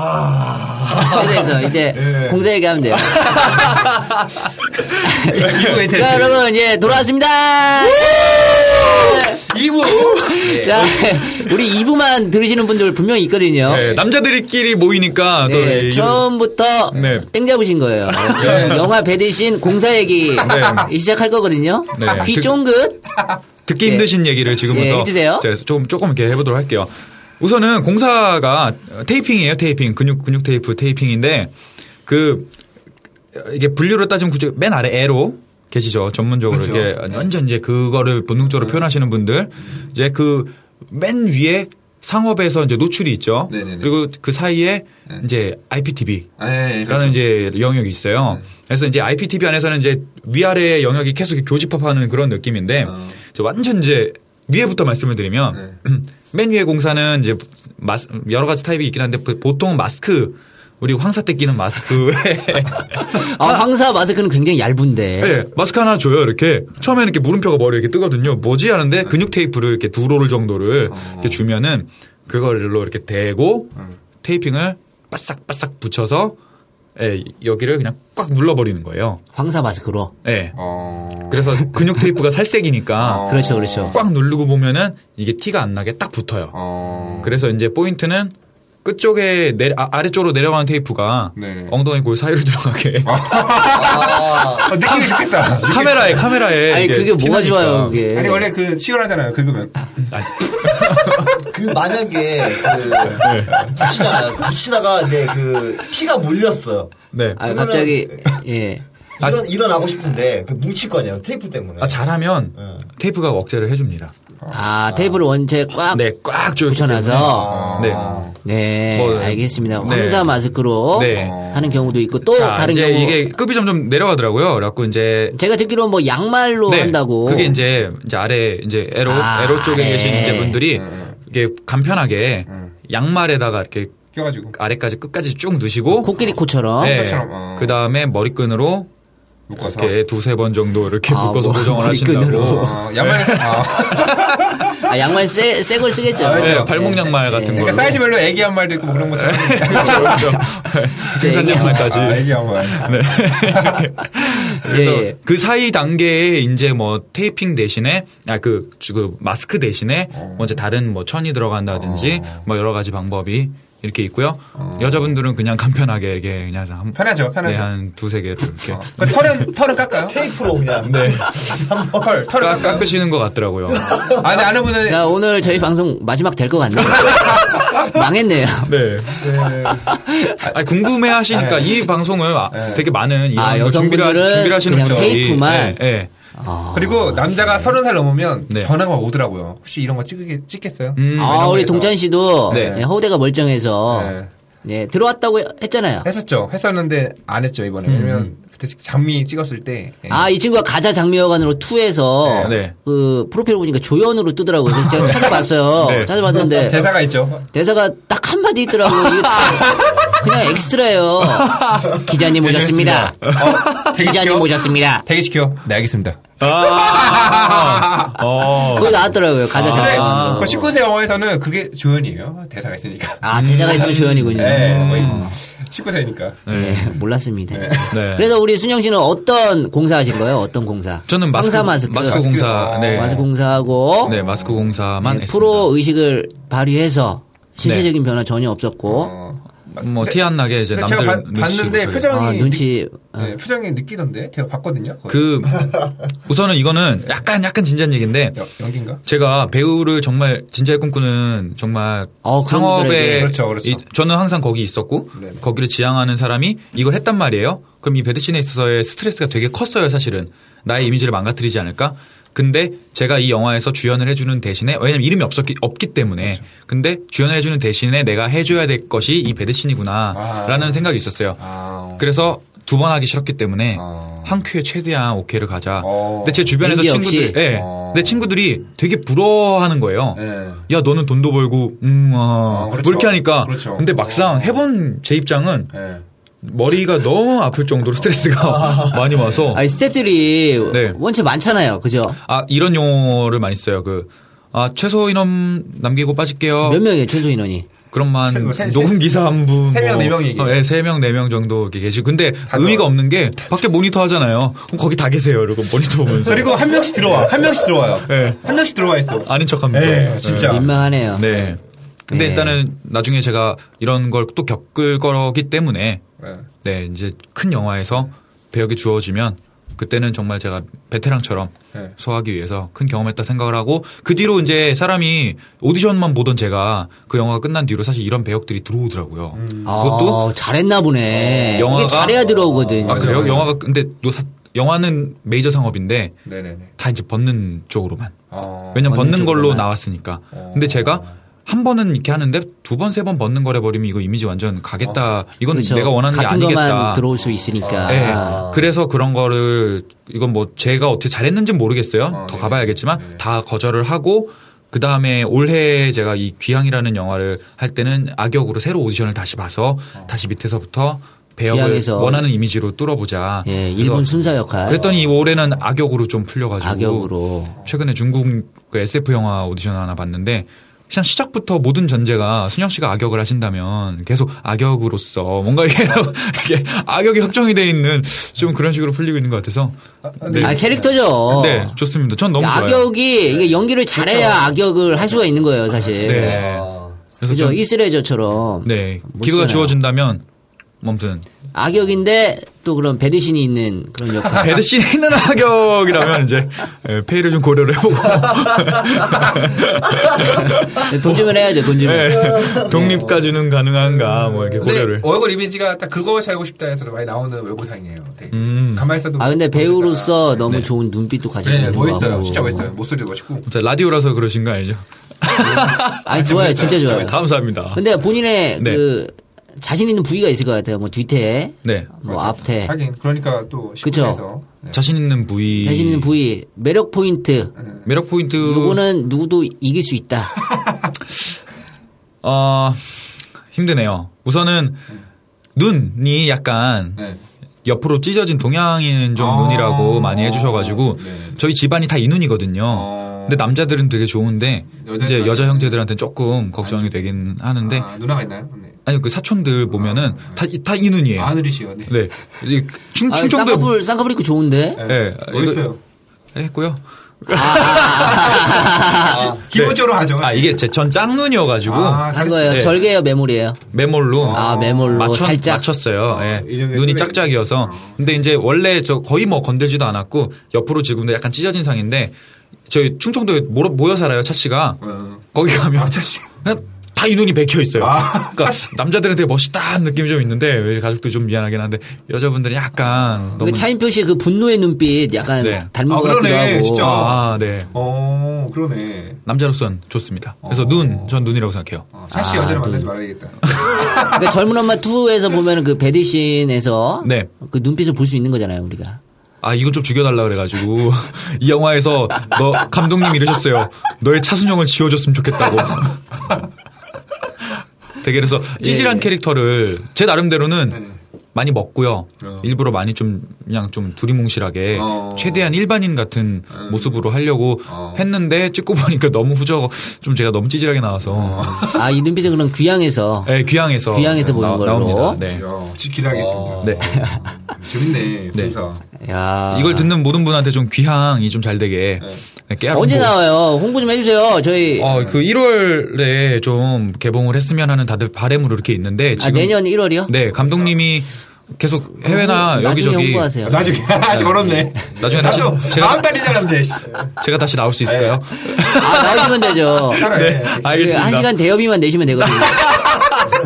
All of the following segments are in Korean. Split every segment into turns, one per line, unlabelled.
아.
그래서 이제
네.
공사 얘기하면 돼요.
이후에
자,
됐어요.
여러분, 이제 돌아왔습니다!
이부 예.
자, 우리 2부만 들으시는 분들 분명히 있거든요.
네, 남자들끼리 모이니까 또
네,
이-
처음부터
네.
땡 잡으신 거예요.
네.
영화 배드신 공사 얘기
네.
시작할 거거든요. 아,
네.
귀
듣-
쫑긋.
듣기
네.
힘드신 얘기를 지금부터
네, 해주세요.
제가 조금 조금 이렇게 해보도록 할게요. 우선은 공사가 테이핑이에요, 테이핑 근육 근육 테이프 테이핑인데 그 이게 분류로 따지면 그저 맨 아래 애로 계시죠 전문적으로
그렇죠. 네.
이게 완전 이제 그거를 본능적으로 표현하시는 분들 이제 그 맨 위에 상업에서 이제 노출이 있죠.
네네네.
그리고 그 사이에
네.
이제 IPTV
네,
라는 이제 영역이 있어요. 그래서 이제 IPTV 안에서는 이제 위아래 영역이 계속 교집합하는 그런 느낌인데
어.
저 완전 이제 위에부터 말씀을 드리면 맨 위에 공사는 이제 마스- 여러 가지 타입이 있긴 한데 보통 마스크 우리 황사 때 끼는 마스크
아, 황사 마스크는 굉장히 얇은데.
예, 마스크 하나 줘요, 이렇게. 처음에는 이렇게 물음표가 머리에 이렇게 뜨거든요. 뭐지? 하는데 근육 테이프를 이렇게 두 롤 정도를
어.
이렇게 주면은 그걸로 이렇게 대고 테이핑을 바싹바싹 붙여서 예, 여기를 그냥 꽉 눌러버리는 거예요.
황사 마스크로.
예.
어.
그래서 근육 테이프가 살색이니까
어.
그렇죠, 그렇죠.
꽉 누르고 보면은 이게 티가 안 나게 딱 붙어요.
어.
그래서 이제 포인트는 끝쪽에 내, 아, 래쪽으로 내려가는 테이프가
네.
엉덩이 골 사이로 들어가게
아, 느낌이 좋겠다.
카메라에 카메라에
아니,
이게
그게 뭐가
티나니까.
좋아요,
예.
그게.
아니 원래 그 치열하잖아요. 긁으면.
그 만약에 그 붙이잖아요. 붙이다가 이제 그 피가 몰렸어요.
네.
아, 갑자기, 예.
아,
일어, 일어나고 싶은데 그 뭉칠 거 아니에요. 테이프 때문에.
아, 잘하면
예.
네.
테이프가 억제를 해줍니다.
아, 테이블 원체 꽉
네, 꽉 조여.
붙여놔서.
네.
네,
뭐,
알겠습니다.
네.
황사 마스크로
네.
하는 경우도 있고 또
자,
다른
이제
경우.
이게 급이 점점 내려가더라고요. 그래갖고 이제.
제가 듣기로 뭐 양말로
네,
한다고.
그게 이제, 이제 아래, 이제 에로,
아, 네.
에로 쪽에
아래.
계신 이제 분들이 이게 간편하게
네.
양말에다가 이렇게
껴가지고.
아래까지 끝까지 쭉 넣으시고.
코끼리 코처럼.
네.
콧대처럼, 어.
그 다음에 머리끈으로
묶어서.
이렇게 두세 번 정도 이렇게
아,
묶어서
뭐,
고정을 하신다고.
머리끈으로.
어,
예.
야만에서. 아.
아, 양말 새, 새 걸 쓰겠죠.
네, 발목 양말 같은
네.
거.
그러니까 사이즈별로 애기 한 말도 있고 뭐
아.
그런 것처럼.
등산
이게-
양말까지.
아, 애기 한 말.
네. 그래서
예.
그 사이 단계에 이제 뭐 테이핑 대신에 아그 그 마스크 대신에 먼저 다른 뭐 천이 들어간다든지 뭐 여러 가지 방법이 이렇게 있고요. 여자분들은 그냥 간편하게 이게 그냥 한
편하죠, 편하죠.
네, 한 두세 개로 이렇게
그 털은 털은 깎아요? 어,
테이프로 그냥.
네.
털 털을
깎-
깎아요.
깎으시는 것 같더라고요.
아, 근데 아는 분은
자, 오늘 저희 방송 마지막 될 것 같네요. 망했네요.
네. 아 궁금해 하시니까 이 방송을 아,
네.
되게 많은 이
아,
방송을 준비를, 하시,
여성분들은
준비를 하시는
그냥
분들이
테이프만?
네, 네.
아,
그리고 남자가 서른 살 넘으면
네.
전화가 오더라고요. 혹시 이런 거 찍게 찍겠어요?
음,
아, 우리 동찬 씨도
네.
예, 허우대가 멀쩡해서
네.
예, 들어왔다고
네.
했잖아요.
했었죠. 했었는데 안 했죠
음.
이번에. 왜냐면 그때 장미 찍었을 때. 예.
아, 이 친구가 가자 장미여관으로 투에서
네, 네.
그 프로필 보니까 조연으로 뜨더라고요. 그래서 제가 찾아봤어요.
네.
찾아봤는데
예. 대사가 있죠.
대사가 딱 한마디 있더라고. 이게 딱 그냥 엑스트라예요. 기자님 오셨습니다.
어, 되게
기자님
시켜.
오셨습니다.
되게 시켜. 네 알겠습니다.
아, 어.
그거 나왔더라고요. 가자
근데
장미여관.
그 19세 영화에서는 그게 조연이에요. 대사가 있으니까.
아, 대사가 있으면 조연이군요.
네, 거의 19세니까.
네, 몰랐습니다.
네.
그래서 우리 순영 씨는 어떤 공사 하신 거예요? 어떤 공사?
저는 마스크,
황사 마스크.
마스크
어,
공사, 네.
마스크 공사하고
네, 마스크 공사만
네,
했습니다. 네.
프로 의식을 발휘해서 신체적인 변화 전혀 없었고
어.
뭐 티 안 나게 이제
근데
남들
제가 봤-
눈치
봤는데
보게.
표정이
아, 눈치
네, 표정이 느끼던데 제가 봤거든요. 거의.
그 우선은 이거는 약간 약간 진지한 얘기인데
여- 연기인가?
제가 배우를 정말 진지하게 꿈꾸는 정말
어, 그런 분들에게.
상업에
그렇죠, 그렇죠.
이- 저는 항상 거기 있었고
네.
거기를 지향하는 사람이 이걸 했단 말이에요. 그럼 이 배드신에 있어서의 스트레스가 되게 컸어요, 사실은. 나의 이미지를 망가뜨리지 않을까? 근데 제가 이 영화에서 주연을 해주는 대신에 왜냐면 이름이 없었기 없기 때문에
그렇죠.
근데 주연을 해주는 대신에 내가 해줘야 될 것이 이 배드신이구나라는
아.
생각이 있었어요.
아,
그래서 두 번 하기 싫었기 때문에
어.
한 큐에 최대한 오케이를 가자.
어.
근데 제 주변에서
땡기 없이?
친구들, 예,
어.
내 친구들이 되게 부러워하는 거예요.
네.
야, 너는 돈도 벌고, 음, 아,
어, 그렇죠.
뭐 이렇게 하니까.
그렇죠.
근데 막상 해본 제 입장은
네.
머리가 너무 아플 정도로 스트레스가 많이 와서.
아니 스탭들이
네.
원체 많잖아요, 그죠?
아, 이런 용어를 많이 써요. 그, 아, 최소 인원 남기고 빠질게요.
몇 명이에요 최소 인원이?
그럼만
세- 세-
녹음 기사 한 분,
세명네 명이 이게.
어, 예, 세 명, 네 명 정도 이렇게 계시고, 근데 의미가
들어와요.
없는 게 밖에 모니터 하잖아요. 그럼 거기 다 계세요. 이러고 모니터 보면서
그리고 한 명씩 들어와. 한 명씩 들어와요.
네.
한 명씩 들어와 있어.
아닌 척하면서.
예, 진짜.
민망하네요.
네. 근데
네.
일단은 나중에 제가 이런 걸 또 겪을 거기 때문에
네.
네 이제 큰 영화에서 배역이 주어지면 그때는 정말 제가 베테랑처럼
네.
소화하기 위해서 큰 경험했다 생각을 하고 그 뒤로 이제 사람이 오디션만 보던 제가 그 영화가 끝난 뒤로 사실 이런 배역들이 들어오더라고요.
음.
아,
그것도
잘했나 보네.
영화가-
이게 잘해야 들어오거든.
아,
맞아요.
맞아요.
영화가 근데 또 사- 영화는 메이저 상업인데
네네네.
다 이제 벗는 쪽으로만.
어.
왜냐면
벗는
벗는 걸로
쪽으로만.
나왔으니까.
어.
근데 제가 한 번은 이렇게 하는데 두 번, 세 번 벗는 거래 버리면 이거 이미지 완전 가겠다. 이건
그렇죠.
내가 원하는 게
같은 것만
아니겠다.
들어올 수 있으니까.
예.
아,
그래서 그런 거를 이건 뭐 제가 어떻게 잘했는지 는 모르겠어요.
어,
더
네.
가봐야겠지만
네.
다 거절을 하고 그 다음에 올해 제가 이 귀향이라는 영화를 할 때는 악역으로 새로 오디션을 다시 봐서
어.
다시 밑에서부터 배역을
귀향에서.
원하는 이미지로 뚫어보자.
예,
그래서
일본 순사 역할.
네. 그랬더니 올해는 악역으로 좀 풀려가지고
악역으로.
최근에 중국 그 SF 영화 오디션 하나 봤는데 그냥 시작부터 모든 전제가 순영 씨가 악역을 하신다면 계속 악역으로서 뭔가 이게, 이게 악역이 확정이 돼 있는 좀 그런 식으로 풀리고 있는 것 같아서 네.
아, 캐릭터죠.
네 좋습니다. 전 너무 좋아요. 그렇죠.
악역이 이게 연기를 잘해야 악역을 할 수가 있는 거예요, 사실.
네. 그래서
아, 그죠?
좀-
이스레저처럼.
네
못
기회가
쓰나요?
주어진다면 아무튼
악역인데 또 그런 배드신이 있는 그런 역할.
배드 씬에 있는 악역이라면 이제 예, 페이를 좀 고려를 해보고 네.
돈 주면 해야죠, 돈 주면.
예, 독립까지는 가능한가 뭐
네.
이렇게
어.
근데
고려를
얼굴 이미지가 딱 그거 살고 싶다 해서 많이 나오는 얼굴상이에요. 되게. 가만히 있어도.
아, 근데
모르겠다.
배우로서
네.
너무 좋은 눈빛도 가지고
네,
있는 거
멋있어요.
같고.
진짜 멋있어요. 목소리도 멋있고.
자, 라디오라서 그러신 거 아니죠?
아니, 좋아요. 진짜 좋아요.
감사합니다.
근데 본인의
네.
그 자신 있는 부위가 있을 것 같아요. 뭐 뒤태,
네.
뭐
맞아요.
앞태,
하긴 그러니까 또 시골에서 네.
자신 있는 부위.
자신 있는 부위, 매력 포인트.
매력 포인트.
요거는 누구도 이길 수 있다.
어, 힘드네요. 우선은 눈이 약간
네.
옆으로 찢어진 동양인 좀
아.
눈이라고 많이 해주셔가지고
네.
저희 집안이 다 이 눈이거든요.
어.
근데 남자들은 되게 좋은데 이제
여자들한테는- 네.
여자 형제들한테 조금 걱정이 되긴 하는데
아, 누나가 있나요? 네.
아니 그 사촌들 보면은 다 다 이 눈이에요.
아늘이시요.
네,
네.
이 충,
아,
충청도
쌍꺼풀, 쌍꺼풀 입고 좋은데?
네.
뭐 멋있어요.
했고요.
아,
기본적으로 하죠.
아 이게 제 전 짝눈이어가지고
아,
한 거예요.
네.
절개예요, 매몰이에요.
메몰로
아, 메몰로
맞췄,
살짝?
맞췄어요. 예.
아, 인형의 아.
눈이
뚜레기.
짝짝이어서. 근데 이제 원래 저 거의 뭐 건들지도 않았고 옆으로 지금도 약간 찢어진 상인데 저희 충청도에 모여, 모여 살아요 차 씨가
어.
거기 가면
아, 차 씨.
그냥 다 이 눈이 베켜 있어요.
아,
네. 그러니까 남자들은 되게 멋있다는 느낌이 좀 있는데 가족도 좀 미안하긴 한데 여자분들은 약간 너무
그 차인표 씨의 그 분노의 눈빛 약간
네.
닮은
아,
것 같기도
그러네,
하고.
진짜.
아, 네.
어, 그러네.
남자로선 좋습니다. 그래서
어.
눈, 전 눈이라고 생각해요.
어, 사실 여자를 만나지 말아야겠다.
그러니까 젊은 엄마 2에서 보면 그 배드신에서
네.
그 눈빛을 볼 수 있는 거잖아요, 우리가.
아 이건 좀 죽여달라 그래가지고 이 영화에서 너 감독님 이러셨어요. 너의 차순영을 지워줬으면 좋겠다고. 되게 그래서 찌질한
예.
캐릭터를 제 나름대로는 많이 먹고요.
네. 어.
일부러 많이 좀 그냥 좀 두리뭉실하게
어. 음.
최대한 일반인 같은 모습으로 하려고
어.
했는데 찍고 보니까 너무 후져고 좀 제가 너무 찌질하게
어.
나와서
아, 이 눈빛은 그럼 귀향에서.
네, 귀향에서
귀향에서 보는 걸로.
나옵니다. 네.
이야, 어, 지 기대하겠습니다. 어,
네.
재밌네.
네.
본사.
야.
이걸 듣는 모든 분한테 좀 귀향이 좀 잘 되게
네.
깨알
언제 나와요? 홍보 좀 해주세요. 저희
뭐.
아,
어, 그 1월에 좀 개봉을 했으면 하는 다들 바램으로 이렇게 있는데
아,
지금
내년 1월이요?
네 감독님이 계속 해외나
어, 나중에
여기저기
홍보하세요.
나중에 아직 어렵네.
나중에 다시
나도
제가-
다음 달이잖아, 근데. 씨.
제가 다시 나올 수 있을까요? 네,
아, 네. 나오시면 되죠.
따로 해.
그 한
알겠습니다.
시간 대여비만 내시면 되거든요.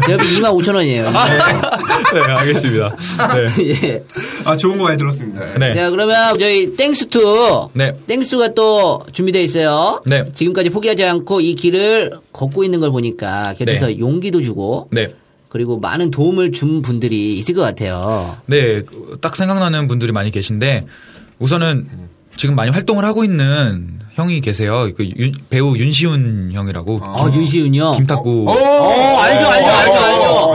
대여비 2만 5천 원이에요.
네, 알겠습니다. 네.
예.
아, 좋은 거 많이 들었습니다.
네.
자, 그러면 저희 땡스2.
네.
땡스가 또 준비되어 있어요.
네.
지금까지 포기하지 않고 이 길을 걷고 있는 걸 보니까 곁에서 용기도 주고
네.
그리고 많은 도움을 준 분들이 있을 것 같아요.
네, 그딱 생각나는 분들이 많이 계신데 우선은 지금 많이 활동을 하고 있는 형이 계세요. 그 윤- 배우 윤시훈 형이라고
아, 윤시윤이요?
김탁구
어, 알죠, 알죠, 알죠, 어,
어,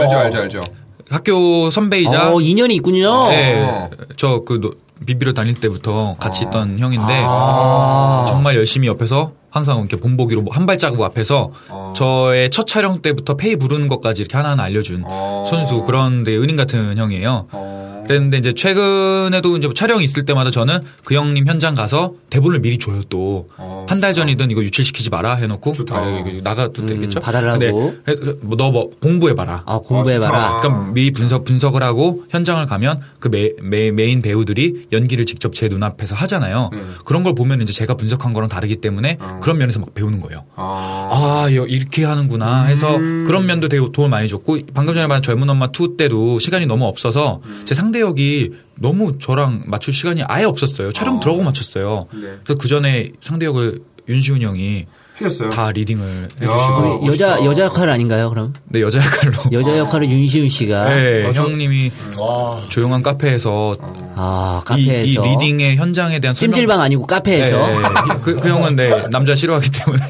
알죠.
알죠, 알죠, 알죠.
학교 선배이자
어, 인연이 있군요.
네, 저그 비비로 다닐 때부터 같이
어.
있던 형인데
아.
정말 열심히 옆에서 항상 이렇게 본보기로 뭐한 발자국 앞에서
어.
저의 첫 촬영 때부터 페이 부르는 것까지 이렇게 하나하나 알려준
어.
선수 그런 되게 은인 같은 형이에요.
어.
그랬는데 이제 최근에도 이제 뭐 촬영이 있을 때마다 저는 그 형님 현장 가서 대본을 미리 줘요 또.
어.
한 달 전이든 이거 유출시키지 마라 해놓고 아, 이거 나가도
음,
되겠죠.
받아라고.
너뭐 공부해봐라.
아 공부해봐라.
그러니까 미리 분석 분석을 하고 현장을 가면 그 메, 메, 메인 배우들이 연기를 직접 제 눈앞에서 하잖아요. 그런 걸 보면 이제 제가 분석한 거랑 다르기 때문에 그런 면에서 막 배우는 거예요. 아, 여- 이렇게 하는구나 해서 그런 면도 되게 도움 많이 줬고 방금 전에 말한 젊은 엄마 2 때도 시간이 너무 없어서 제 상대역이 너무 저랑 맞출 시간이 아예 없었어요. 촬영 들어오고 맞췄어요. 그래서 그 전에 상대역을 윤시훈 형이
해줬어요.
다 리딩을
네. 야.
해주시고
우리
어,
여자
멋있다.
여자 역할 아닌가요? 그럼
네 여자 역할로
여자 역할은 윤시훈 씨가
네,
어, 저-
형님이
와.
조용한 카페에서
아
이, 이
카페에서
리딩의 현장에 대한 설명-
찜질방 아니고 카페에서
예, 예, 예. 그, 그 형은 네, 남자 싫어하기 때문에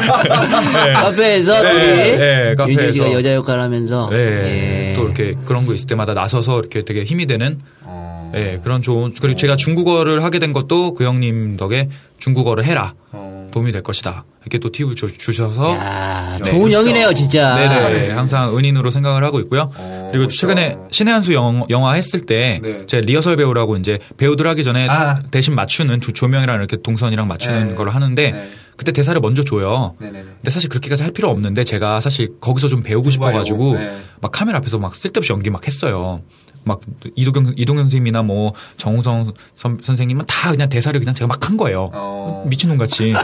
아, 카페에서
네,
둘이
네, 카페에서.
윤시훈 씨가 여자 역할 하면서
네,
예.
또 이렇게 그런 거 있을 때마다 나서서 이렇게 되게 힘이 되는
어.
예, 그런 좋은 그리고 제가 중국어를 하게 된 것도 그 형님 덕에 중국어를 해라 도움이 될 것이다 이렇게 또 팁을 주, 셔서
야,
네,
아, 좋은 형이네요 진짜.
네네 항상 은인으로 생각을 하고 있고요. 그리고 최근에 신의 한수 영, 영화 했을 때
어, 네.
제가 리허설 배우라고 이제 배우들 하기 전에
아.
대신 맞추는 조- 조명이랑 이렇게 동선이랑 맞추는
네.
걸 하는데
네.
그때 대사를 먼저 줘요.
네네네.
근데 사실 그렇게까지 할 필요 없는데 제가 사실 거기서 좀 배우고 싶어가지고
네.
막 카메라 앞에서 막 쓸데없이 연기 막 했어요. 막 이도경 이동경 선생님이나 뭐 정우성 선, 선생님은 다 그냥 대사를 그냥 제가 막 한 거예요.
어.
미친놈 같이
어,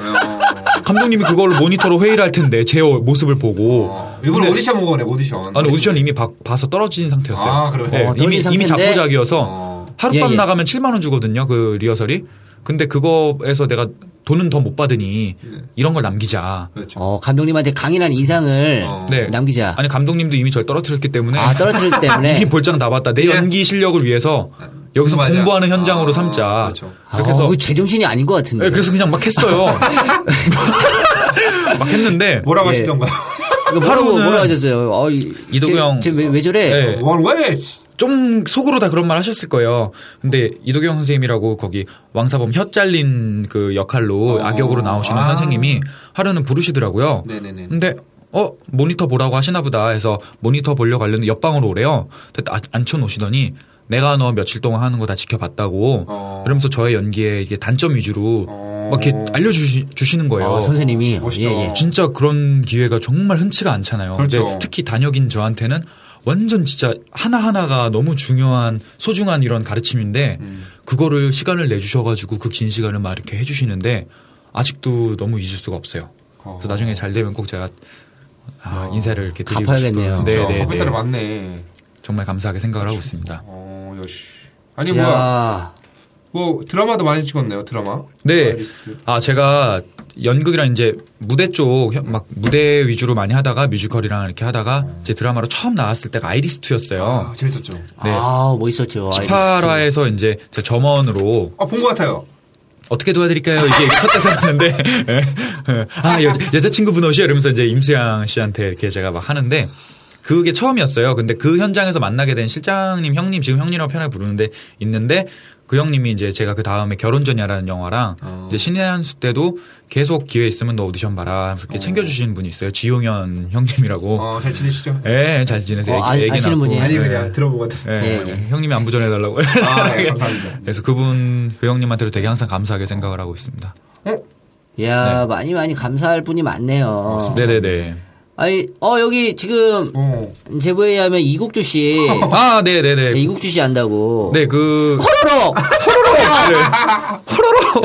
감독님이 그걸 모니터로 회의를 할 텐데 제 모습을 보고
일본
근데-
어. 오디션 본 거네 오디션.
아니 오디션 이미 봐, 봐서 떨어진 상태였어요. 네,
아, 그래요?
어, 떨어진
이미 이미
상태인데?
자포자기여서
어.
하룻밤
예, 예.
나가면 7만 원 주거든요. 그 리허설이. 근데 그거에서 내가 돈은 더 못 받으니
예.
이런 걸 남기자.
그렇죠.
어 감독님한테 강인한 인상을
어.
네.
남기자.
아니 감독님도 이미 절 떨어뜨렸기 때문에
아 떨어뜨리기 때문에
이미 볼장 나봤다. 내
네. 예.
연기 실력을 위해서 여기서
맞아.
공부하는 현장으로
아,
삼자.
그렇죠.
이렇게 해서
아, 그거 제정신이 아닌 것 같은데.
네, 그래서 그냥 막 했어요. 막 했는데
뭐라고
예.
하시던가요?
이거 뭐라고
하루는
뭐라 하셨어요? 어, 이-
그 이도구
쟤-
형.
쟤왜 왜, 저래?
네.
뭐 하는 거야? 씨.
좀 속으로 다 그런 말 하셨을 거예요. 근데 이도경 선생님이라고 거기 왕사범 혀 잘린 그 역할로
어.
악역으로 나오시는
아.
선생님이 하루는 부르시더라고요.
네네네.
근데 어 모니터 보라고 하시나 보다 해서 모니터 보려 가려는 옆방으로 오래요. 근데 아- 앉혀놓으시더니 내가 너 며칠 동안 하는 거 다 지켜봤다고
어.
그러면서 저의 연기에 이게 단점 위주로
어.
막 이렇게 알려주시는 거예요.
어, 선생님이
멋있다.
예, 예.
진짜 그런 기회가 정말 흔치가 않잖아요.
그렇죠.
근데 특히 단역인 저한테는 완전 진짜 하나하나가 너무 중요한 소중한 이런 가르침인데
음.
그거를 시간을 내주셔가지고 그 긴 시간을 막 이렇게 해주시는데 아직도 너무 잊을 수가 없어요. 그래서
그렇죠.
나중에 잘 되면 꼭 제가 아, 인사를 이렇게 드리고
갚아야겠네요.
싶은- 네,
어. 그렇죠.
네,
커피사를
네.
맞네.
정말 감사하게 생각을 하고 있습니다.
어, 역시. 아니 뭐,
야,
뭐 드라마도 많이 찍었네요 드라마.
네.
아이리스.
아, 제가 연극이랑 이제 무대 쪽 막 무대 위주로 많이 하다가 뮤지컬이랑 이렇게 하다가
어.
이제 드라마로 처음 나왔을 때가 아이리스트였어요.
아, 재밌었죠.
네.
아 멋있었죠. 아이리스.
18화에서 이제 제 점원으로
아 본 것 같아요.
어떻게 도와드릴까요? 이게 첫 대사였는데 예. 아 여, 여자친구분 오시요 이러면서 이제 임수양 씨한테 이렇게 제가 막 하는데 그게 처음이었어요. 근데 그 현장에서 만나게 된 실장님 형님 지금 형님이라고 편하게 부르는데 있는데 그 형님이 이제 제가 그 다음에 결혼 전야라는 영화랑
어.
이제 신의 한 수 때도 계속 기회 있으면 너 오디션 봐라 하면서 이렇게 챙겨주시는 분이 있어요. 지용현 형님이라고.
어, 잘 지내시죠?
예, 잘 지내세요.
어, 아-
애기, 애기
아시는
낳고.
분이에요?
아니
예.
그냥 들어본 것 같아서.
예,
예, 예.
형님이 안부 전해달라고.
아, 예, 감사합니다.
그래서 그분 그 형님한테도 되게 항상 감사하게 생각을 하고 있습니다.
야 많이 많이 감사할 분이
아.
많네요.
네. 네네네.
아니 어 여기 지금
어.
제보에 의하면 이국주 씨,
아
예,
네네네.
이국주 씨 안다고.
네그
호로록
네. 호로록.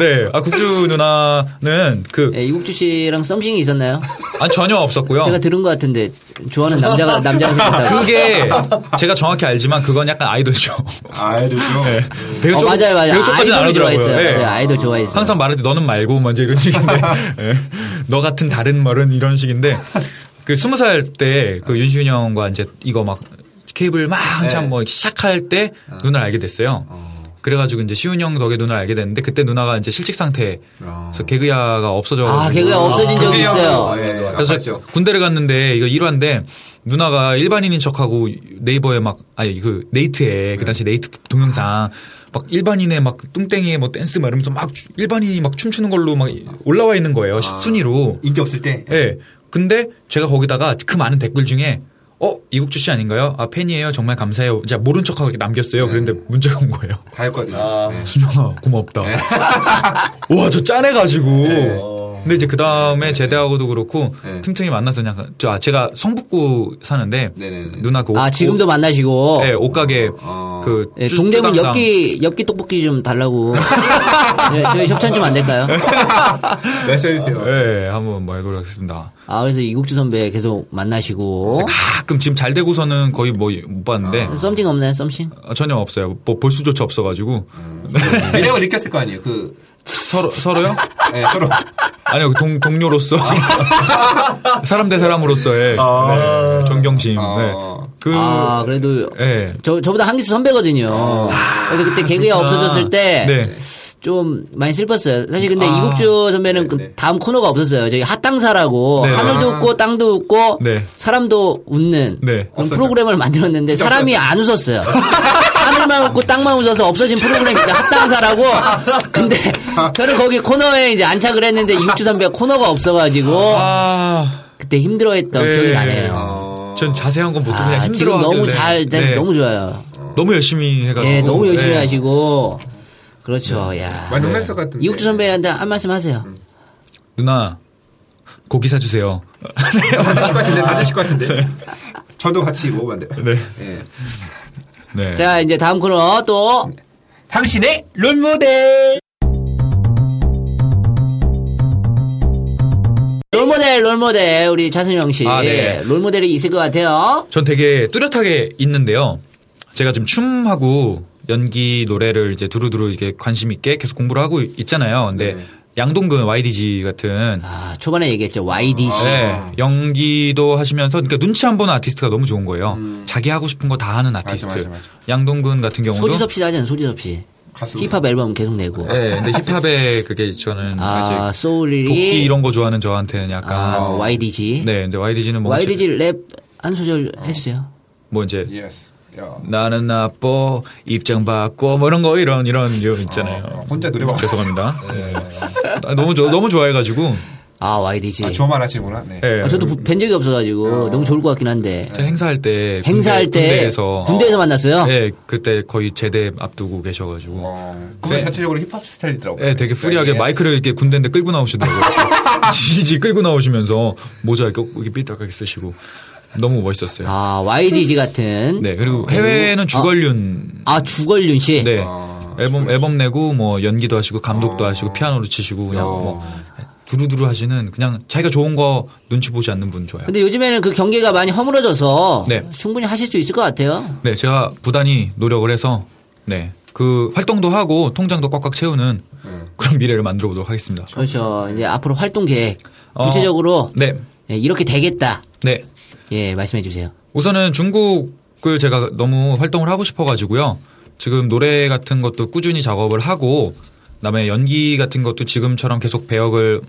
네. 아 국주 누나는 그
예, 이국주 씨랑 썸씽이 있었나요?
아, 전혀 없었고요.
제가 들은 것 같은데 좋아하는 남자가 남자가 생겼다고.
그게 제가 정확히 알지만 그건 약간 아이돌쇼.
아이돌이죠.
네.
음.
배우
어,
쪽
맞아요, 맞아요.
배우 쪽까지는
아이돌
아니더라고요.
좋아했어요.
네.
네, 아이돌 좋아했어요.
항상 말할 때 너는 말고 먼저 이런 식인데 예. 너 같은 다른 말은 이런 식인데 그 스무 살 때 그 윤시윤 형과 이제 이거 막 케이블 막 한참
네.
뭐 시작할 때 눈을 알게 됐어요. 그래가지고 이제 시훈 형 덕에 누나를 알게 됐는데 그때 누나가 이제 실직 상태에
어.
그래서 개그야가 없어져.
아, 개그야 없어진 적이
개그야
있어요.
없어요. 예, 예.
그래서
아팠죠.
군대를 갔는데 이거 1화인데 누나가 일반인인 척하고 네이버에 막 아니 그 네이트에 그 당시 네이트 동영상 막 일반인의 막 뚱땡이의 뭐 댄스 막 이러면서 막 일반인이 막 춤추는 걸로 막 올라와 있는 거예요 순위로.
인기 없을 때.
예. 근데 제가 거기다가 그 많은 댓글 중에 어 이국주 씨 아닌가요? 아 팬이에요. 정말 감사해요. 제가 모른 척하고 이렇게 남겼어요. 그런데 문자가 온 거예요.
다 했거든요.
아.
네.
순영아 고맙다. 와 저 짠해가지고.
네.
근데 이제 그 다음에 제대하고도 그렇고
네.
틈틈이 만나서 그냥 저 아, 제가 성북구 사는데
네네네.
누나 그 옷-
아, 지금도
옷,
만나시고.
네, 옷가게
어.
그
예,
쭈-
동대문
쭈당당.
엽기, 엽기 떡볶이 좀 달라고. 예, 저희 협찬 좀 안 될까요?
말씀해주세요.
예, 한번 뭐 해보도록 하겠습니다.
아, 그래서 이국주 선배 계속 만나시고.
근데 가끔 지금 잘 되고서는 거의 뭐 못 봤는데
아.
썸씽 없나요, 썸씽?
어, 전혀 없어요. 뭐 볼 수조차 없어가지고
음. 매력을 느꼈을 거 아니에요. 그
서로 서로요?
네, 서로
아니요 그 동 동료로서 사람 대 사람으로서의
아.
네, 존경심.
아.
네. 그
아, 그래도.
예.
저, 저보다 한기수 선배거든요. 그래서 그때 개그야 없어졌을 때.
아, 그러니까. 네.
좀 많이 슬펐어요. 사실 근데
아.
이국주 선배는 그
네네.
다음 코너가 없었어요. 저희 핫당사라고
네.
하늘도
아.
웃고 땅도 웃고
네.
사람도 웃는
네.
그런
없었어요.
프로그램을 만들었는데 사람이 안 웃었어요. 하늘만 웃고 땅만 웃어서 없어진 프로그램이 이제 핫당사라고. 근데 저는 거기 코너에 이제 안착을 했는데 이국주 선배가 코너가 없어가지고
아,
그때 힘들어했던
네.
기억이 나네요.
어.
전 자세한 건 보통 그냥
아,
힘들어.
지금 너무
하길래.
잘 돼서
네.
너무 좋아요.
너무 열심히 해가지고.
예, 너무 열심히
네.
하시고 그렇죠. 야.
많이 혼났을 것 같은데.
이국주 선배한테 한 말씀 하세요.
누나 고기 사주세요.
받으실 것 같은데 받으실 것 같은데. 저도 같이 먹어봤는데.
네.
예.
네.
자, 이제 다음 코너 또
당신의 롤모델.
롤모델, 롤모델 우리 차선영 씨. 예,
아, 네.
롤모델이 있을 것 같아요.
전 되게 뚜렷하게 있는데요. 제가 지금 춤하고 연기 노래를 이제 두루두루 이렇게 관심 있게 계속 공부를 하고 있잖아요. 근데
네.
양동근 YDG 같은
아, 초반에 얘기했죠. YDG.
네,
아.
연기도 하시면서 그러니까 눈치 안 보는 아티스트가 너무 좋은 거예요. 자기 하고 싶은 거 다 하는 아티스트.
음. 맞아, 맞아.
양동근 같은 경우도
소지섭 씨 하잖아요. 소지섭 씨.
가수.
힙합 앨범 계속 내고.
네, 근데 힙합에 그게 저는
아,
아, 직
소울이
복귀 이런 거 좋아하는 저한테는
아,
약간
YDG.
네, 근데 YDG는 뭔가
YDG 랩 한 소절 해주세요.
뭐 이제
예스. 야.
나는 나빠 입장 받고 뭐 이런 거 이런 이런 요 있잖아요.
어, 혼자 노래방
죄송합니다. 아, 너무 좋아 너무 좋아해가지고
아, YDG.
아, 저만 하시구나. 네.
예.
아, 저도 뵌 적이 없어가지고 너무 좋을 것 같긴 한데.
제가 행사할 때 네.
행사할
군대,
때
군대에서
군대에서 만났어요.
예, 그때 거의 제대 앞두고 계셔가지고
어, 그분
네.
자체적으로 힙합 스타일이더라고요.
예, 되게 프리하게
예.
마이크를 이렇게 군대인데 끌고 나오시더라고요. 지지 끌고 나오시면서 모자 이렇게 이렇게 삐딱하게 쓰시고 너무 멋있었어요.
아, YDG 같은.
네, 그리고 해외에는 주걸륜
아, 주걸륜 씨.
네.
아,
앨범 앨범 내고 뭐 연기도 하시고 감독도
어.
하시고 피아노를 치시고 그냥
야.
뭐 두루두루 하시는 그냥 자기가 좋은 거 눈치 보지 않는 분 좋아요.
근데 요즘에는 그 경계가 많이 허물어져서
네.
충분히 하실 수 있을 것 같아요.
네, 제가 부단히 노력을 해서 네. 그 활동도 하고 통장도 꽉꽉 채우는
네.
그런 미래를 만들어 보도록 하겠습니다.
그렇죠. 이제 앞으로 활동 계획
어.
구체적으로
네.
예, 이렇게 되겠다.
네.
예, 말씀해 주세요.
우선은 중국을 제가 너무 활동을 하고 싶어가지고요. 지금 노래 같은 것도 꾸준히 작업을 하고, 그다음에 연기 같은 것도 지금처럼 계속 배역을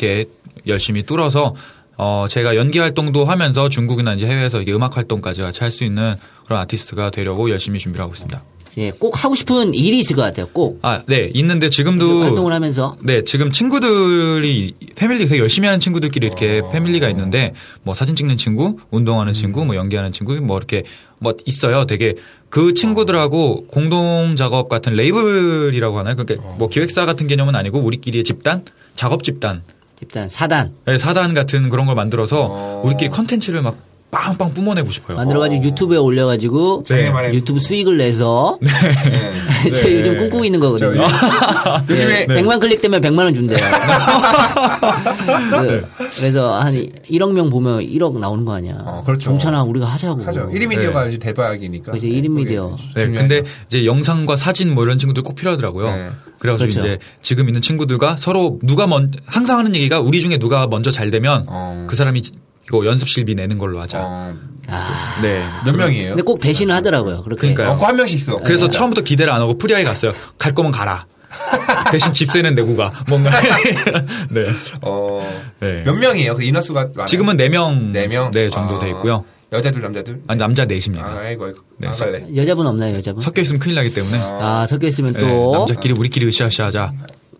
이렇게 열심히 뚫어서 어 제가 연기 활동도 하면서 중국이나 이제 해외에서 이게 음악 활동까지 같이 할 수 있는 그런 아티스트가 되려고 열심히 준비를 하고 있습니다.
예, 꼭 하고 싶은 일이 있을 것 같아요. 꼭
아, 네 있는데 지금도
활동을 하면서
네, 지금 친구들이 패밀리 되게 열심히 하는 친구들끼리 이렇게 패밀리가 있는데 뭐 사진 찍는 친구, 운동하는 친구, 뭐 연기하는 친구, 뭐 이렇게 뭐 있어요. 되게 그 친구들하고 공동 작업 같은 레이블이라고 하나요? 그러니까 뭐 기획사 같은 개념은 아니고 우리끼리의 집단, 작업 집단,
집단 사단
네, 사단 같은 그런 걸 만들어서 우리끼리 컨텐츠를 막 빵빵 뿜어내고 싶어요.
만들어가지고 유튜브에 올려가지고
네. 말해.
유튜브 수익을 내서
네.
저 요즘 꿈꾸고 있는 거거든요.
아.
예.
네.
요즘에
100만 클릭 되면 100만 원 준대요.
네.
그, 래서한 1억 명 보면 1억 나오는 거 아니야.
어, 그렇죠.
동찬아 우리가 하자고.
하죠. 1인 미디어가
네.
요즘 대박이니까.
그렇죠, 일인
그게
미디어.
네,
중요하죠.
근데 이제 영상과 사진 뭐 이런 친구들 꼭 필요하더라고요.
네.
그래가지고
그렇죠.
이제 지금 있는 친구들과 서로 누가 먼 항상 하는 얘기가 우리 중에 누가 먼저 잘 되면
어.
그 사람이 이거 연습실비 내는 걸로 하자.
어,
아.
네.
몇 명이에요?
근데 꼭 배신을 하더라고요. 그렇게.
그러니까요.
어, 그한 명씩 있어.
네. 그래서 처음부터 기대를 안 하고 프리하게 갔어요. 갈 거면 가라. 대신 집세는 내고 가. 뭔가. 네.
어,
네.
몇 명이에요? 그 인원수가 많아요?
지금은 4명.
네 명.
네, 정도
아,
돼 있고요.
여자들 남자들.
아니, 남자 넷입니다.
아, 이고 아이고.
네,
안
서-
갈래.
여자분 없나요, 여자분?
섞여 있으면 큰일 나기 때문에.
아, 섞여 있으면 또.
네, 남자끼리 우리끼리 으쌰으쌰 하자.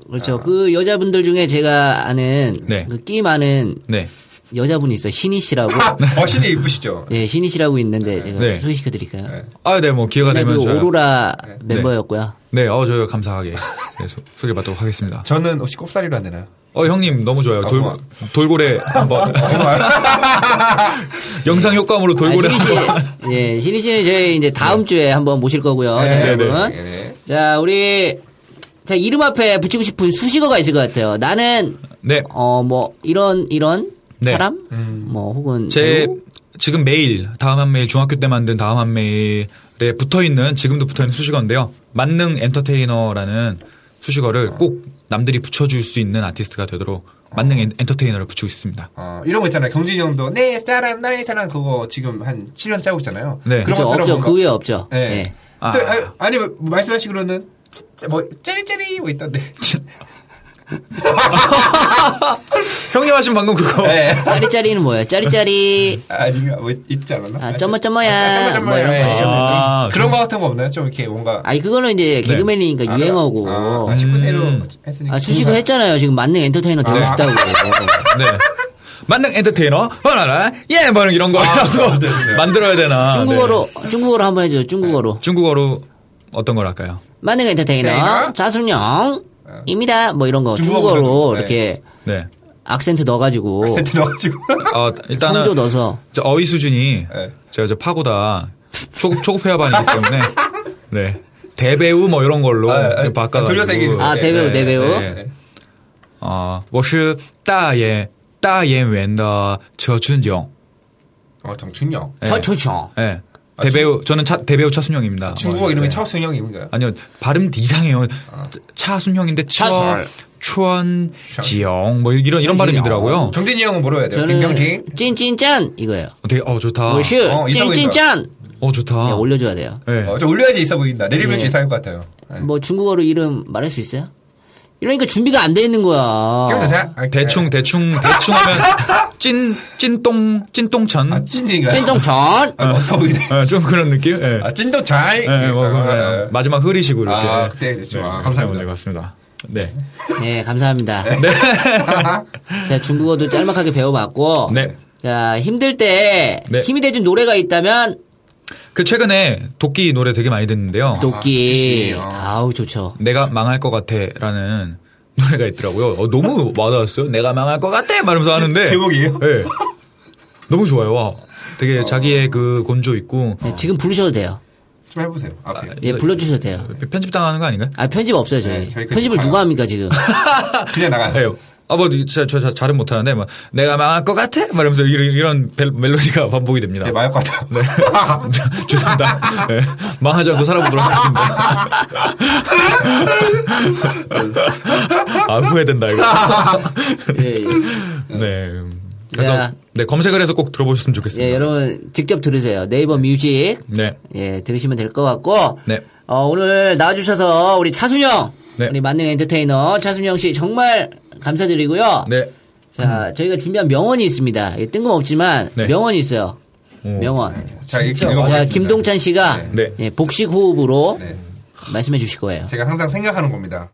그렇죠. 그 여자분들 중에 제가 아는
네.
그 끼 많은
네.
여자분이 있어요. 신희 씨라고.
아, 어, 신이 이쁘시죠?
예, 신희 씨라고 있는데 제가
네.
소개시켜 드릴까요? 그
네.
아, 네, 뭐 기회가 되면 저요.
오로라 멤버였고요.
네, 어, 저요 감사하게 네, 소, 소개받도록 하겠습니다.
저는 혹시 꼽사리로 안 되나요?
어, 형님 너무 좋아요.
아,
돌,
고마워. 아,
돌고래 한번
네.
영상 효과음으로 돌고래
아, 신희
한번 네.
씨, 예, 신희 씨는 저희 이제 다음 주에 한번 모실 거고요.
네,
자,
네,
여러분.
네, 네.
자, 우리 자 이름 앞에 붙이고 싶은 수식어가 있을 것 같아요. 나는
네,
어 뭐 이런 이런
네.
사람
음.
뭐 혹은
제
배우?
지금 메일 다음 한 메일 중학교 때 만든 다음 한 메일에 붙어 있는 지금도 붙어 있는 수식어인데요. 만능 엔터테이너라는
아.
수식어를 꼭 남들이 붙여줄 수 있는 아티스트가 되도록 만능 엔- 엔터테이너를 붙이고 있습니다.
어, 이런 거 있잖아요. 경진이 형도 내 사랑, 나의 사랑 그거 지금 한 7년 짜고 있잖아요.
네.
그런
그렇죠.
것처럼
없죠.
뭔가-
그 위에 없죠.
예.
예.
아.
또, 아, 아니 뭐, 말씀하시기로는 진짜 뭐 짤짤이 뭐 있던데.
형님 하신 방금 그거.
어.
네.
짜리짜리는 뭐예요? 짜리짜리
아니가 뭐 있지 않았나?
아, 점머 점머야.
아, 점머,
뭐 이런
점머야.
거 있었는데.
아,
그런 거 같은 거 없나요? 좀 이렇게 뭔가
아니 그거는 이제 개그맨이니까
아,
유행어고
아,
아,
아, 식구 새로
음.
했으니까
수식어 했잖아요. 지금 만능 엔터테이너 되고
아.
싶다고.
네. 만능 엔터테이너, 허나라, 예, 뭐 이런
아,
거 이런
네,
거 만들어야 되나.
중국어로 중국어로 한번 해줘요. 중국어로
네. 중국어로 어떤 걸 할까요?
만능 엔터테이너
네. 엔터테이너?
자순영입니다. 뭐 이런 거
중국어
중국어로
버전.
이렇게
네.
악센트 넣어가지고
세트 넣어가지고.
어, 일단은
성조 넣어서
저 어휘 수준이
네.
제가 저 파고다 초급 초급 회화반이기 때문에 네. 대배우 뭐 이런 걸로
아, 아,
바꿔
돌려서 얘기해주세요.
아
네,
대배우
네,
대배우
네. 어, 我是大演大演员的 저춘영.
어, 정춘영.
네.
저 좋죠.
네. 대배우 저는 차, 대배우 차순영입니다.
아, 중국어
어,
이름이
네.
차순영인가요?
아니요 발음 이상해요. 차순형인데 차
차순.
추원지영 뭐 이런 이런 발음이더라고요.
경진이 어. 형은 뭐로 해야 돼요?
저는
네, 김경진?
찐찐짠 이거예요. 뭐
어, 되게 어 좋다.
월슈
어, 아. 이상한
찐찐짠
어 좋다.
예, 올려줘야 돼요.
네.
어, 좀 올려야지 있어 보인다. 내리면
예.
예. 이상할 것 같아요. 네.
뭐 중국어로 이름 말할 수 있어요? 이러니까 준비가 안 돼 있는 거야.
기억나세요? 아,
대충 대충 대충 하면 찐 찐똥 찐똥천.
아, 찐인가요?
찐동천
아, 어서 보이네.
예, 좀 그런 느낌. 예.
아, 찐도 잘.
예, 뭐, 그런 거예요.
아,
마지막 흐리식으로 이렇게.
아, 그때 됐죠. 아, 감사합니다.
네, 맞습니다. 네.
네, 감사합니다. 자, 중국어도 짤막하게 배워봤고.
네.
자, 힘들 때
네.
힘이 돼준 노래가 있다면
그 최근에 도끼 노래 되게 많이
아,
듣는데요.
도끼.
도끼, 어.
아우, 좋죠.
내가 망할 것 같아라는 노래가 있더라고요. 어, 너무 와닿았어요. 내가 망할 것 같아 말하면서 하는데
제목이에요?
예. 너무 좋아요. 와. 되게 자기의 그 곤조 있고
네, 지금 부르셔도 돼요.
좀 해보세요. 아, 앞에.
예, 불러주셔도 돼요.
편집 당하는 거 아닌가요?
아, 편집 없어요, 저희.
네, 저희 그
편집을 누가
가요. 합니다.
합니까, 지금?
아,
그냥 나가요.
예요. 아뭐 진짜 저, 저 잘은 못하는데 뭐 내가 망할 것 같아 말하면서 이런, 이런 벨- 멜로디가 반복이 됩니다.
네, 마약 같아.
네. 죄송합니다. 네. 망하지 않고 살아보도록 하겠습니다. 아, 후회된다, 이거.
예, 예.
네. 그래서,
야.
네, 검색을 해서 꼭 들어보셨으면 좋겠습니다.
예, 여러분, 직접 들으세요. 네이버 뮤직.
네.
예, 들으시면 될 것 같고.
네.
어, 오늘 나와주셔서 우리 차순영.
네.
우리 만능 엔터테이너 차순영 씨 정말 감사드리고요.
네.
자, 저희가 준비한 명언이 있습니다. 이게 뜬금없지만
네.
명언이 있어요. 명언.
자, 이렇게
자,
읽어보겠습니다.
김동찬 씨가
네.
예, 복식 호흡으로
네.
말씀해 주실 거예요.
제가 항상 생각하는 겁니다.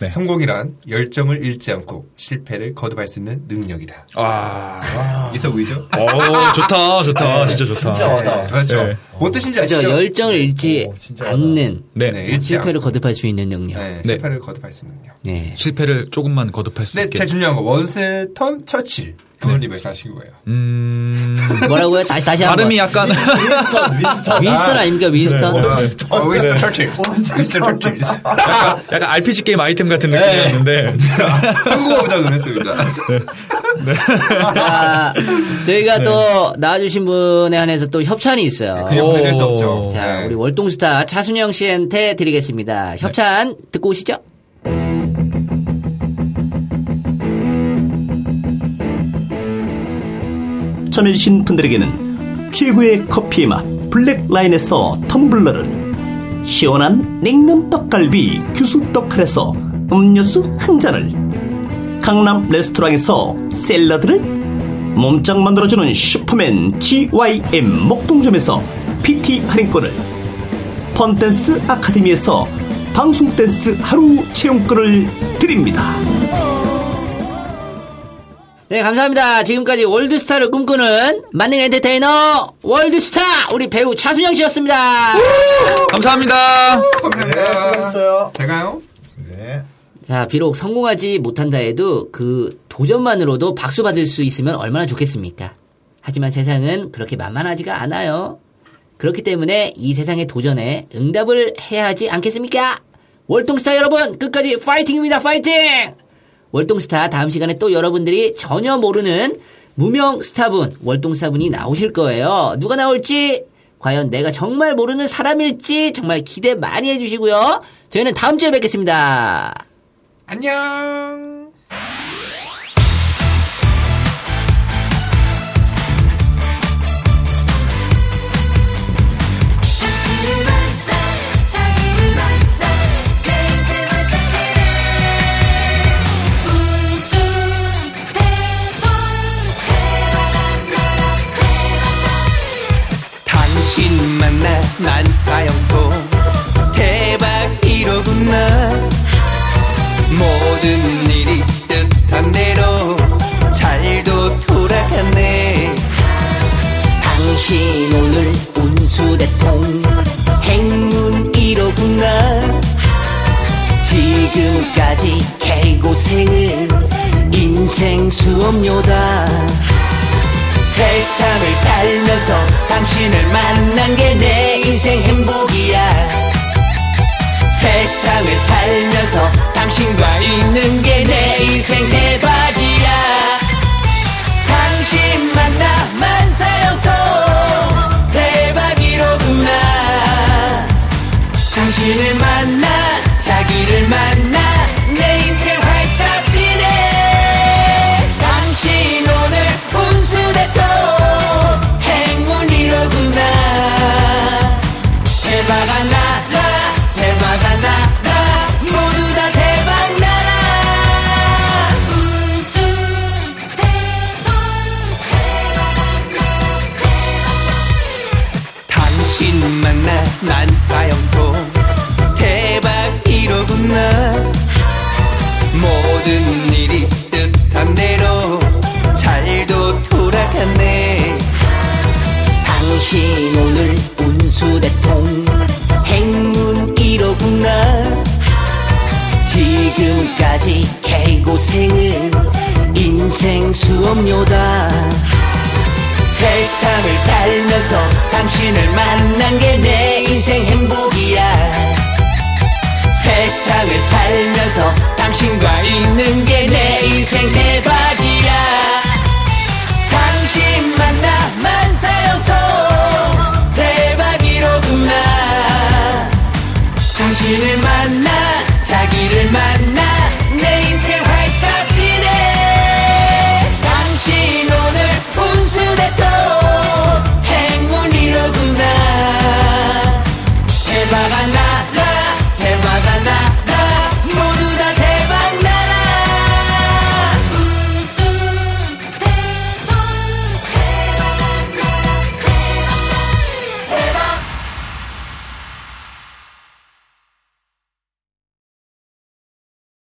네.
성공이란 열정을 잃지 않고 실패를 거듭할 수 있는 능력이다.
아.
있어 보이죠?
오, 좋다, 좋다. 진짜 좋다.
진짜 와다.
그렇죠.
네.
뭐 뜻인지
그죠?
아시죠?
열정을 잃지
오, 진짜
않는
네.
네, 잃지
실패를
않고.
거듭할 수 있는 능력.
네, 실패를 거듭할 수 있는 능력.
네.
실패를 조금만 거듭할 수
근데
있게.
네, 제일 중요한 거 원스턴 처칠 그분이 말씀하신 거예요.
음.
뭐라고요? 다시 다시 한 번.
발음이 약간.
윈스턴, 윈스턴.
윈스턴 아닙니까? 윈스턴.
어,
네.
원스턴 처칠. 원스턴 처칠.
약간, 약간 RPG 게임 아이템 같은 느낌이었는데.
한국어보다 그랬습니다.
네.
자, 아, 저희가 또 나와주신 분에 한해서 또 협찬이 있어요.
네. 그냥
오.
보내드릴 수 없죠.
자,
네.
우리 월동스타 차순영 씨한테
네.
드리겠습니다. 협찬 듣고 오시죠.
추천해주신 분들에게는 최고의 커피의 맛 블랙라인에서 텀블러를 시원한 냉면 떡갈비 규수떡칼에서 음료수 한 잔을 강남 레스토랑에서 샐러드를 몸짱 만들어주는 슈퍼맨 GYM 목동점에서 PT 할인권을 펀댄스 아카데미에서 방송댄스 하루 채용권을 드립니다.
네, 감사합니다. 지금까지 월드스타를 꿈꾸는 만능 엔터테이너 월드스타 우리 배우 차순영 씨였습니다.
감사합니다.
네, 수고했어요.
제가요?
네.
자, 비록 성공하지 못한다 해도 그 도전만으로도 박수 받을 수 있으면 얼마나 좋겠습니까? 하지만 세상은 그렇게 만만하지가 않아요. 그렇기 때문에 이 세상의 도전에 응답을 해야 하지 않겠습니까? 월동스타 여러분, 끝까지 파이팅입니다, 파이팅! 월동스타 다음 시간에 또 여러분들이 전혀 모르는 무명 스타분, 월동스타분이 나오실 거예요. 누가 나올지, 과연 내가 정말 모르는 사람일지 정말 기대 많이 해주시고요. 저희는 다음 주에 뵙겠습니다.
안녕.
당신 만나 난 쌓여도 대박이로구나 모든 일이 뜻한 대로 잘도 돌아갔네 당신 오늘 운수대통 행운이로구나 지금까지 개고생은 인생 수업료다 세상을 살면서 당신을 만난 게 내 인생 행복이야 세상을 살면서 당신과 있는 게 내 인생 대박이야 당신 만나 만사형통 대박이로구나 당신을 만나 자기를 만나 내 인생 활짝 피네 당신 오늘 운수대통 행운이로구나 대박아 나라 대박아 나라 모두 다 대박 나라 운수 당신 만나 난 쌓여도 대박이로구나 모든 일이 뜻한 대로 잘도 돌아갔네 당신 오늘 운수대통 행운이로구나 지금까지 개고생은 인생 수업료다 세상을 살면서 당신을 만난 게 내 인생 행복이야 세상을 살면서 당신과 있는 게 내 인생 대박이야